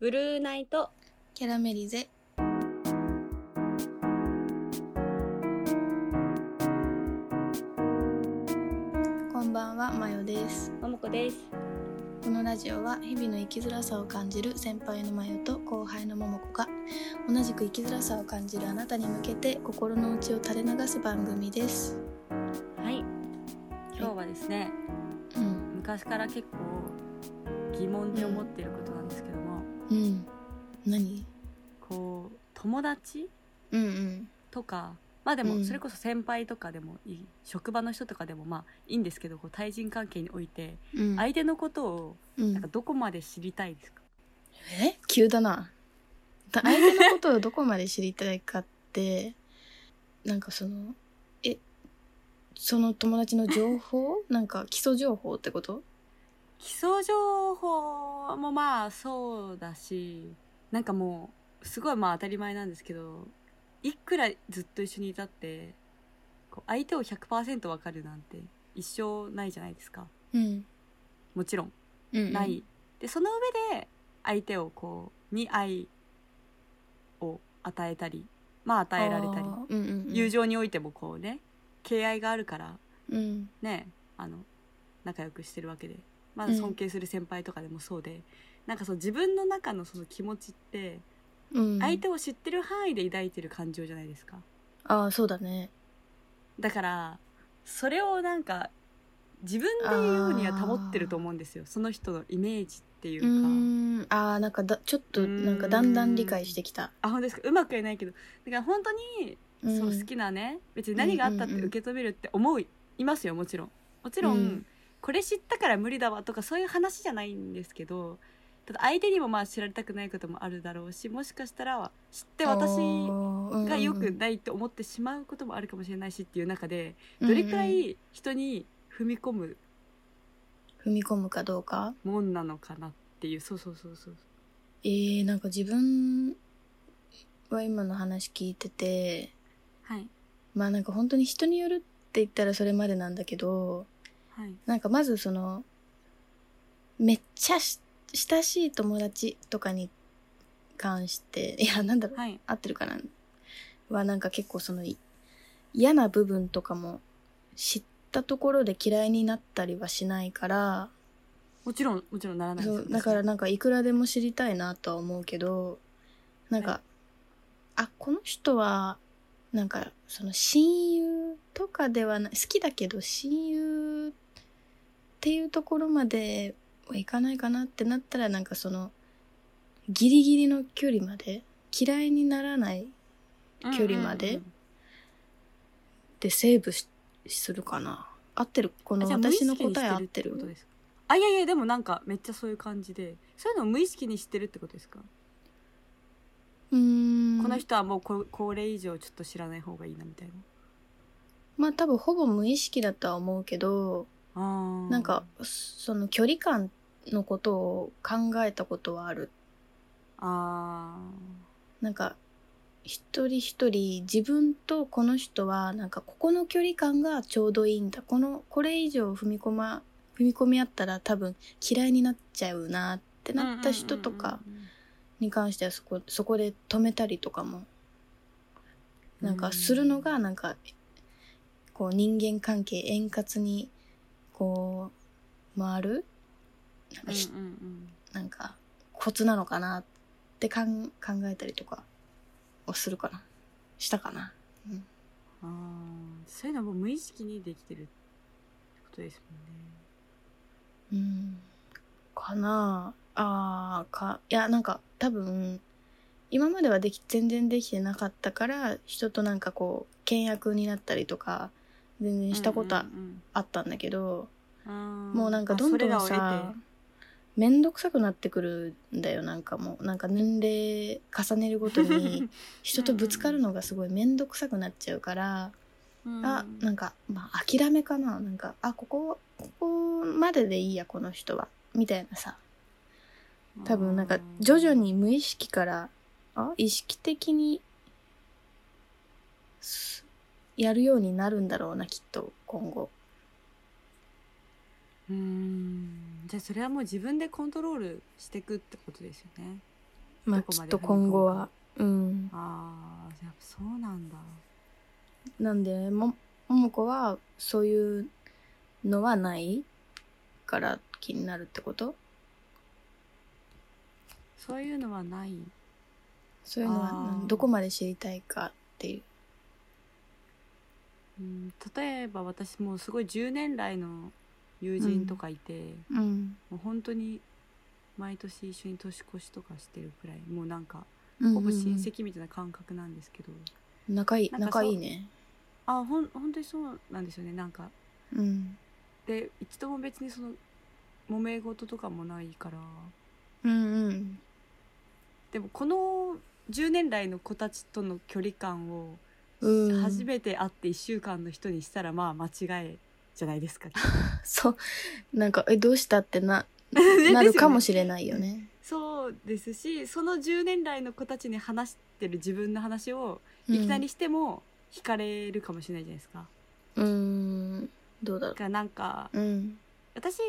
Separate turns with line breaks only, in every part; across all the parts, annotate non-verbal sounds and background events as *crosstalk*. ブルーナイト
キャラメリゼこんばんはマヨです
ももこです
このラジオは日々の生きづらさを感じる先輩のマヨと後輩のももこが同じく生きづらさを感じるあなたに向けて心の内を垂れ流す番組です
はい今日はですね、
うん
昔から結構疑問に思ってることなんですけども、
うん何
こう友達
うんうん
とかまあで
う
も
ん
それこそ先輩とかでもいい、職場の人とかでもまあいいんですけどこう対人関係において
うん
相手のことを
うん
なんかどこまで知りたいですか、
え急だな。 *laughs* だ相手のことをどこまで知りたいかって、なんかその、え、その友達の情 *laughs* 報なんか基礎情報ってこと
基礎情報もまあそうだしなんかもうすごいまあ当たり前なんですけどいくらずっと一緒にいたってこう相手を100%わかるなんて一生ないじゃないですか
うん。
もちろん
うん。
ない、。でその上で相手をこうに愛を与えたりまあ与えられたり、
うんうんうん、
友。情においてもこうね敬愛があるから
うん。
ねあの仲良くしてるわけで、まあ、
うん
尊敬する先輩とかでもそうで、なんかその自分の中のその気持ちって
うん。
相手を知ってる範囲で抱いてる感情じゃないですか
ああ、そうだね。
だからそれをなんか自分で言うようには保ってると思うんですよその人のイメージっていう
う
か、
ーん。ああ、なんかだ、ちょっと、なんかだんだん理解してきた。
あ本当ですかうまく言えないけどだから本当に、
うん、
そう好きなね別に何があったって
うんうんうん
受け止めるって思ういますよもちろんもちろん、
うん
これ知ったから無理だわとかそういう話じゃないんですけどただ相手にもまあ知られたくないこともあるだろうしもしかしたら知って私が
が
良くないって思ってしまうこともあるかもしれないしっていう中でどれくら
うんうん
い人に踏み込む
踏み込むかどうか
もんなのかなっていうそうそうそうそう
えー、なんか自分は今の話聞いてて
はい
まあなんか本当に人によるって言ったらそれまでなんだけど
はい
なんかまずそのめっちゃし親しい友達とかに関して *laughs* いやなんだろう、
はい
合ってるかなはなんか結構そのい嫌な部分とかも知ったところで嫌いになったりはしないから
もちろんもちろんならない
そうだからなんかいくらでも知りたいなとは思うけどなんか、
は
あこの人はなんかその親友とかではない好きだけど親友っていうところまではいかないかなってなったらなんかそのギリギリの距離まで嫌いにならない距離まででセーブしするかな合ってるこの
じゃあ
私の
無意識に
答え合っ
してるって
る
ことですかあいやいやでもなんかめっちゃそういう感じでそういうのを無意識にしてるってことですか、
うーん
この人はもうここれ以上ちょっと知らない方がいいなみたいな
まあ多分ほぼ無意識だとは思うけど
あー
なんかその距離感のことを考えたことはある
あ
なんか一人一人自分とこの人はなんかここの距離感がちょうどいいんだこのこれ以上踏み込ま踏み込み合ったら多分嫌いになっちゃうなって
ー
なった人とかに関してはそこそこで止めたりとかもなんかするのがなんかこう人間関係円滑にこう回るな
う
ん
んう
か
ん
ひ
うんうん
なんかコツなのかなってかん考えたりとかをするかなしたかな
あーそういうのも無意識にできてるってことですもんね
うんかなあーかいやなんか多分今まではでき全然できてなかったから人となんかこう倹約になったりとか全然したこと
う
は
ん
あったんだけど、
うんうん
もうなんかどんどんさめんどくさくなってくるんだよなんかもうなんか年齢重ねるごと *laughs* に
*laughs*
人とぶつかるのがすごい面倒くさくなっちゃうから、あなん
か
か、まあ、諦めかななんかあここここまででいいやこの人はみたいなさ多分なんか徐々に無意識からあ意識的にすやるようになるんだろうなきっと今後
うーんじゃあそれはもう自分でコントロールしていくってことですよね
まあ
どこ
き
ま
っ
で
と今後はうん
ああやっぱそうなんだ
なんでも桃子はそういうのはないから気になるってこと
そういうのはない
そういうのは
あー
どこまで知りたいかってい
う
う
ん例えば私もうすごい10年来の友人とかいて、
うん、
もう本当に毎年一緒に年越しとかしてるくらいもうなんか
うんうんうん
ほぼ親戚みたいな感覚なんですけど、
仲いい
なんか
仲
そう
いいね
あほん本当にそうなんですよねなんか
うん
で一度も別にその揉め事とかもないから
うんうん
でもこの10年来の子たちとの距離感を
うん
初めて会って1週間の人にしたらまあ間違いじゃないです
*laughs*
か
そうなんかえどうしたってな
ね
なるかも
ですよね
しれないよね。
そうですしその10年来の子たちに話してる自分の話をいきなりしても惹かれるかもしれないじゃないですか。
うん、うんどうだろ
だからなんか
う。うん
私が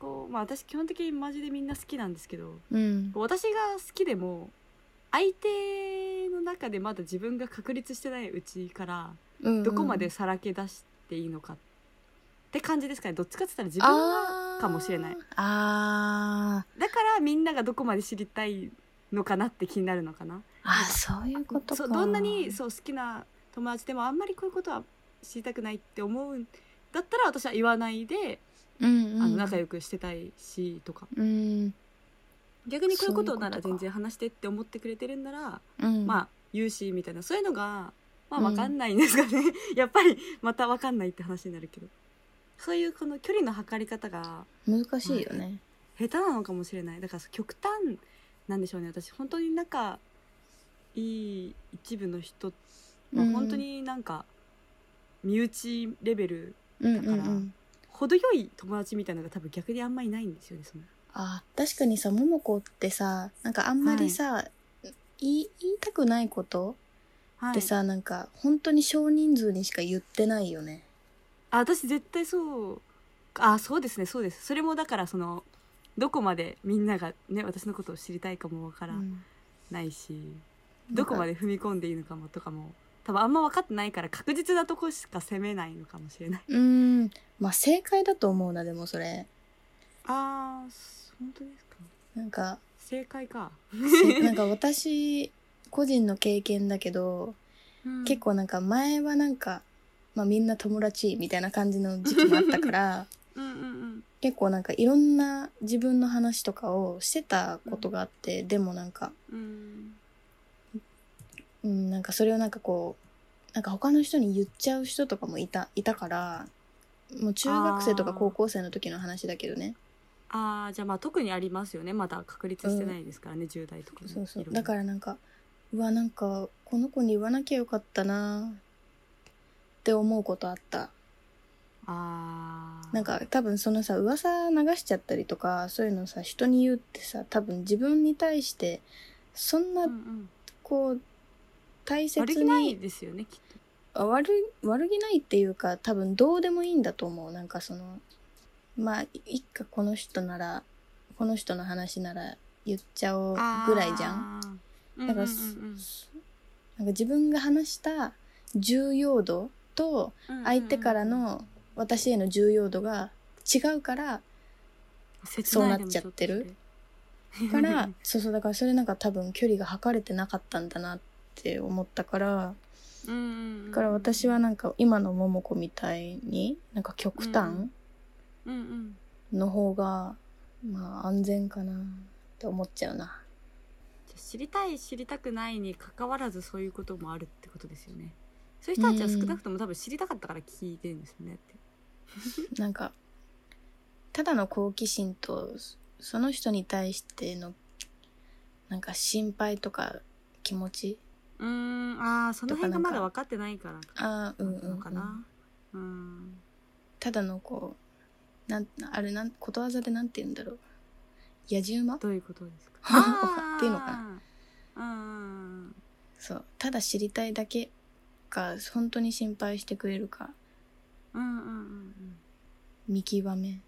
こうまあ私基本的にマジでみんな好きなんですけど
うん
私が好きでも相手の中でまだ自分が確立してないうちから
うん、
どこまでさらけ出していいのかって感じですかねどっちかって言ったら自分が
あー
かもしれない
あー
だからみんながどこまで知りたいのかなって気になるのかな
あそういうことか
そうどんなにそう好きな友達でもあんまりこういうことは知りたくないって思うんだったら私は言わないで、
うんうん、
あの仲
良
良くしてたいしとか
うん
逆にこういうこと
そういうことか
なら全然話してって思ってくれてるんなら、
うん
まあ言うしみたいなそういうのがまあ分かんないんですかね、 *laughs* やっぱりまた分かんないって話になるけどそういうこの距離の測り方が
難しいよね、
下手なのかもしれないだから極端なんでしょうね私本当に仲いい一部の人まあ
うん
本当になんか身内レベル
うんうん
だか
う
ら
ん
程よい友達みたいなのが多分逆にあんまりないんですよねその
あ確かにさ桃子ってさなんかあんまりさ、言い言いたくないこと
は
ってさ、なんか本当に少人数にしか言ってないよね
あ私絶対そうあそうですねそうですそれもだからそのどこまでみんながね私のことを知りたいかもわから
うん
ないし、どこま
で
で踏み込んでいいのかもとかも多分あんま分かってないから確実なとこしか攻めないのかもしれない
うんまあ正解だと思うなでもそれ
ああ本当ですか
なんか
正解か、 *laughs*
せなんか私個人の経験だけど、結
構
構なんか前はなんか、まあ、みんな友達みたいな感じの時期もあったから
*laughs* うんうんうん
結構なんかいろんな自分の話とかをしてたことがあって、でもなんか、
うん
うん、なんかそれをなんかこうなんか他の人に言っちゃう人とかもいたいたからもう中学生とか
あー
高校生の時の話だけどね
ああじゃあまあ特にありますよねまだ確立してないですからね、10代とかも
そうそう
いろいろ
だからなんかうわなんかこの子に言わなきゃよかったなって思うことあった
ああ
なんか多分そのさ噂流しちゃったりとかそういうのさ人に言うってさ多分自分に対してそんな
うんうん
こう大切
悪
に
気ないですよねきっと
あ悪い悪気ないっていうか多分どうでもいいんだと思うなんかそのまあいいっかこの人ならこの人の話なら言っちゃおうぐらいじゃん
ん
だから、すなんか自分が話した重要度と相手からの私への重要度が違うから、そうなっちゃってる
*laughs*
からそうそうだからそれなんか多分距離が測れてなかったんだなって思ったから
*laughs*
だから私はなんか今の桃子みたいになんか極端
うんうん
の方が、まあ安全かなって思っちゃうな。
じゃあ知りたい知りたくないに関わらずそういうこともあるってことですよねそういう人たちは少なくとも多分知りたかったから聞いてるんですよねって
なんかただの好奇心とそその人に対してのなんか心配とか気持ち
うーんああその辺がまだ分かってないから
あーうんうん、う
の
ん、
かなうん
ただのこうなんあれなんことわざでなんて言うんだろう野じ馬
どういうことです *laughs* か
あーっていうのかな
な
そうただ知りたいだけか本当に心配してくれるか
うんうんうん
見極め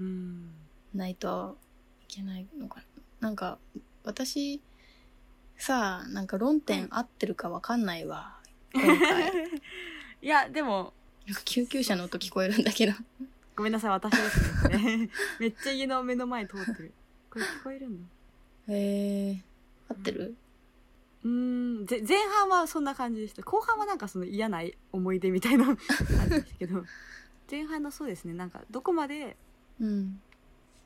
うんうん
ないといけないのかななんか私さあなんか論点合ってるかわかんない
*laughs*
わ今回
いやでも
なんか救急車の音聞こえるんだ
*laughs*
けど
ごめんなさい私ですねめっちゃ家の目の前通ってるこれ聞こえるの
へえ合ってる
うーんぜ前半はそんな感じでした後半はなんかその嫌な思い出みたい
*laughs*
なあれでしたけど前半のそうですねなんかどこまで
うん、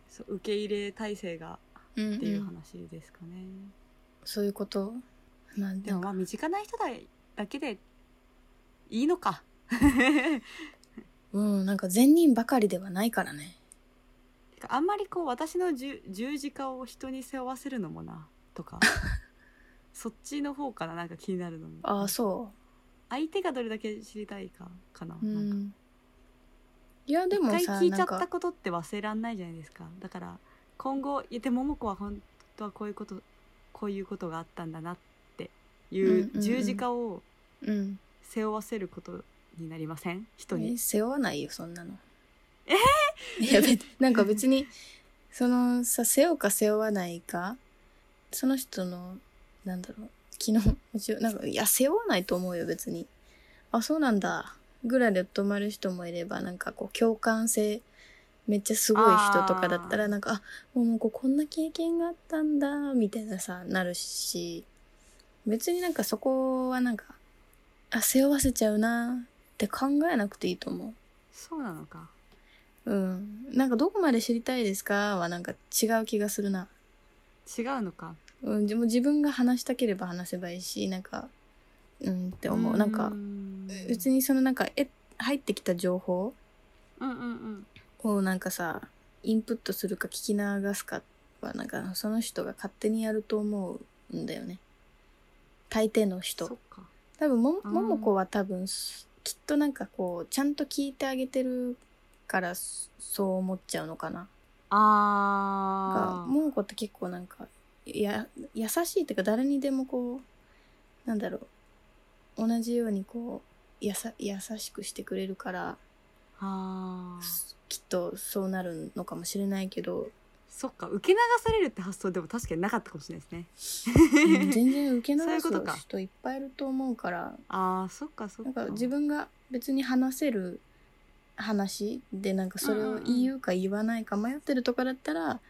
そう受け入れ体制が
うん
っていう
うん
話ですかね、
そういうことまあ
で
で
も
も
まあ身近な人だだけでいいのか *laughs*
うんなんか善人ばかりではないからね
てかあんまりこう私の十十字架を人に背負わせるのもなと
*laughs*
かそっちの方かななんか気になるのも
ああそ
相手がどれだけ知りたいかかな,、
うう
なんか
んいやで
一
も
回
さ
聞いちゃ
な
っ
ん
た
か
ことって忘れらんないじゃないですかだから今後いやでももこは本当はこういうことこういうことがあったんだなってい
ん
う
うんうん
十字架を
うん
背負わせることになりません人
え
に。
背負わないよそんなの
え
いや別なんか別にそのさ背負うか背負わないかその人のなんだろう昨日もちろんなんかいや背負わないと思うよ別にあそうなんだぐらいで止まる人もいればなんかこう共感性めっちゃすごい人とかだった
あ
ら
ー
なんかあもうもうこうこんな経験があったんだみたいなさなるし別になんかそこはなんかあ背負わせちゃうなって考えなくていいと思
そうなのか
ううんなんかどこまで知りたいですかはなんか違う気がするな
違うのか
うんでも自分が話したければ話せばいいしなんかうんって思うなんか別
に
にそのなんかえ入ってきた情報
うんうんうん
をなんかさインプットするか聞き流すかはなんかその人が勝手にやると思うんだよね大抵の人
そっか
多分も
あー
ももこは多分すきっとなんかこうちゃんと聞いてあげてるからそそう思っちゃうのかなが
あー
ももこって結構なんかいや優しいっていうか誰にでもこうなんだろう同じようにこうやさ優しくしてくれるから
あー
きっとそうなるのかもしれないけ *laughs* ど、
そっか受け流されるって発想でも確かになかったかもしれないですね
うん全然受け
そうい
流
うことか
す人いっぱいいると思うから
*laughs* ああそっかそ
な
っ
ん
か
か自分が別に話せる話でなんかそれを言うか言わないか迷ってるとかだったら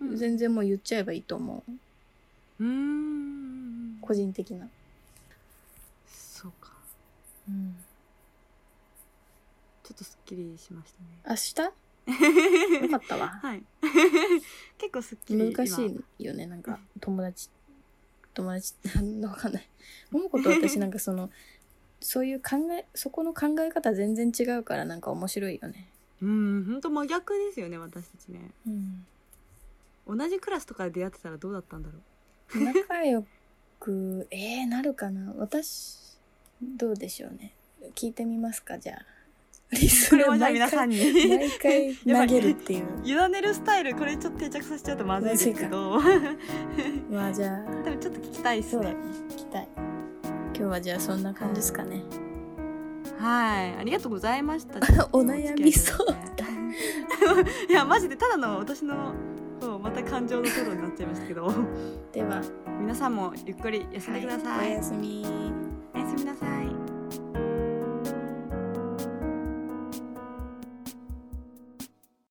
うん
全然もう言っちゃえばいいと思う
うーん
個人的な、
そうかちょっとすっきりしました
明日
ね
よかったわ
*laughs* はい結構すっきり
*laughs* 難しいよねなんか友達友達 *laughs* ってなんだわかんない桃子と私なんかそ *laughs* のそういう考えそこの考え方全然違うからなんか面白いよね
今うん本当真逆ですよね私たちね
うん
同じクラスとかで出会ってたらどうだったんだろう
仲良くえー、なるかな私どうでしょうね聞いてみますかじゃあリス
こ
ナ
れ
ー
はじゃあ皆さんに
毎
*laughs*
回投げるっていう
委ねるスタイルこれちょっと定着させちゃうとまずいですけど *laughs*
まあじゃあ
でもちょっと聞きたいです
そうだ
ね
ね聞きたい今日はじゃあそんな感じですかね
はいありがとうございました
お悩み相
談 *laughs* いやマジでただの私のこうまた感情のトロになっちゃいましたけど
では
皆さんもゆっくり休んでくださ、
はいいおやすみ
おやすみなさい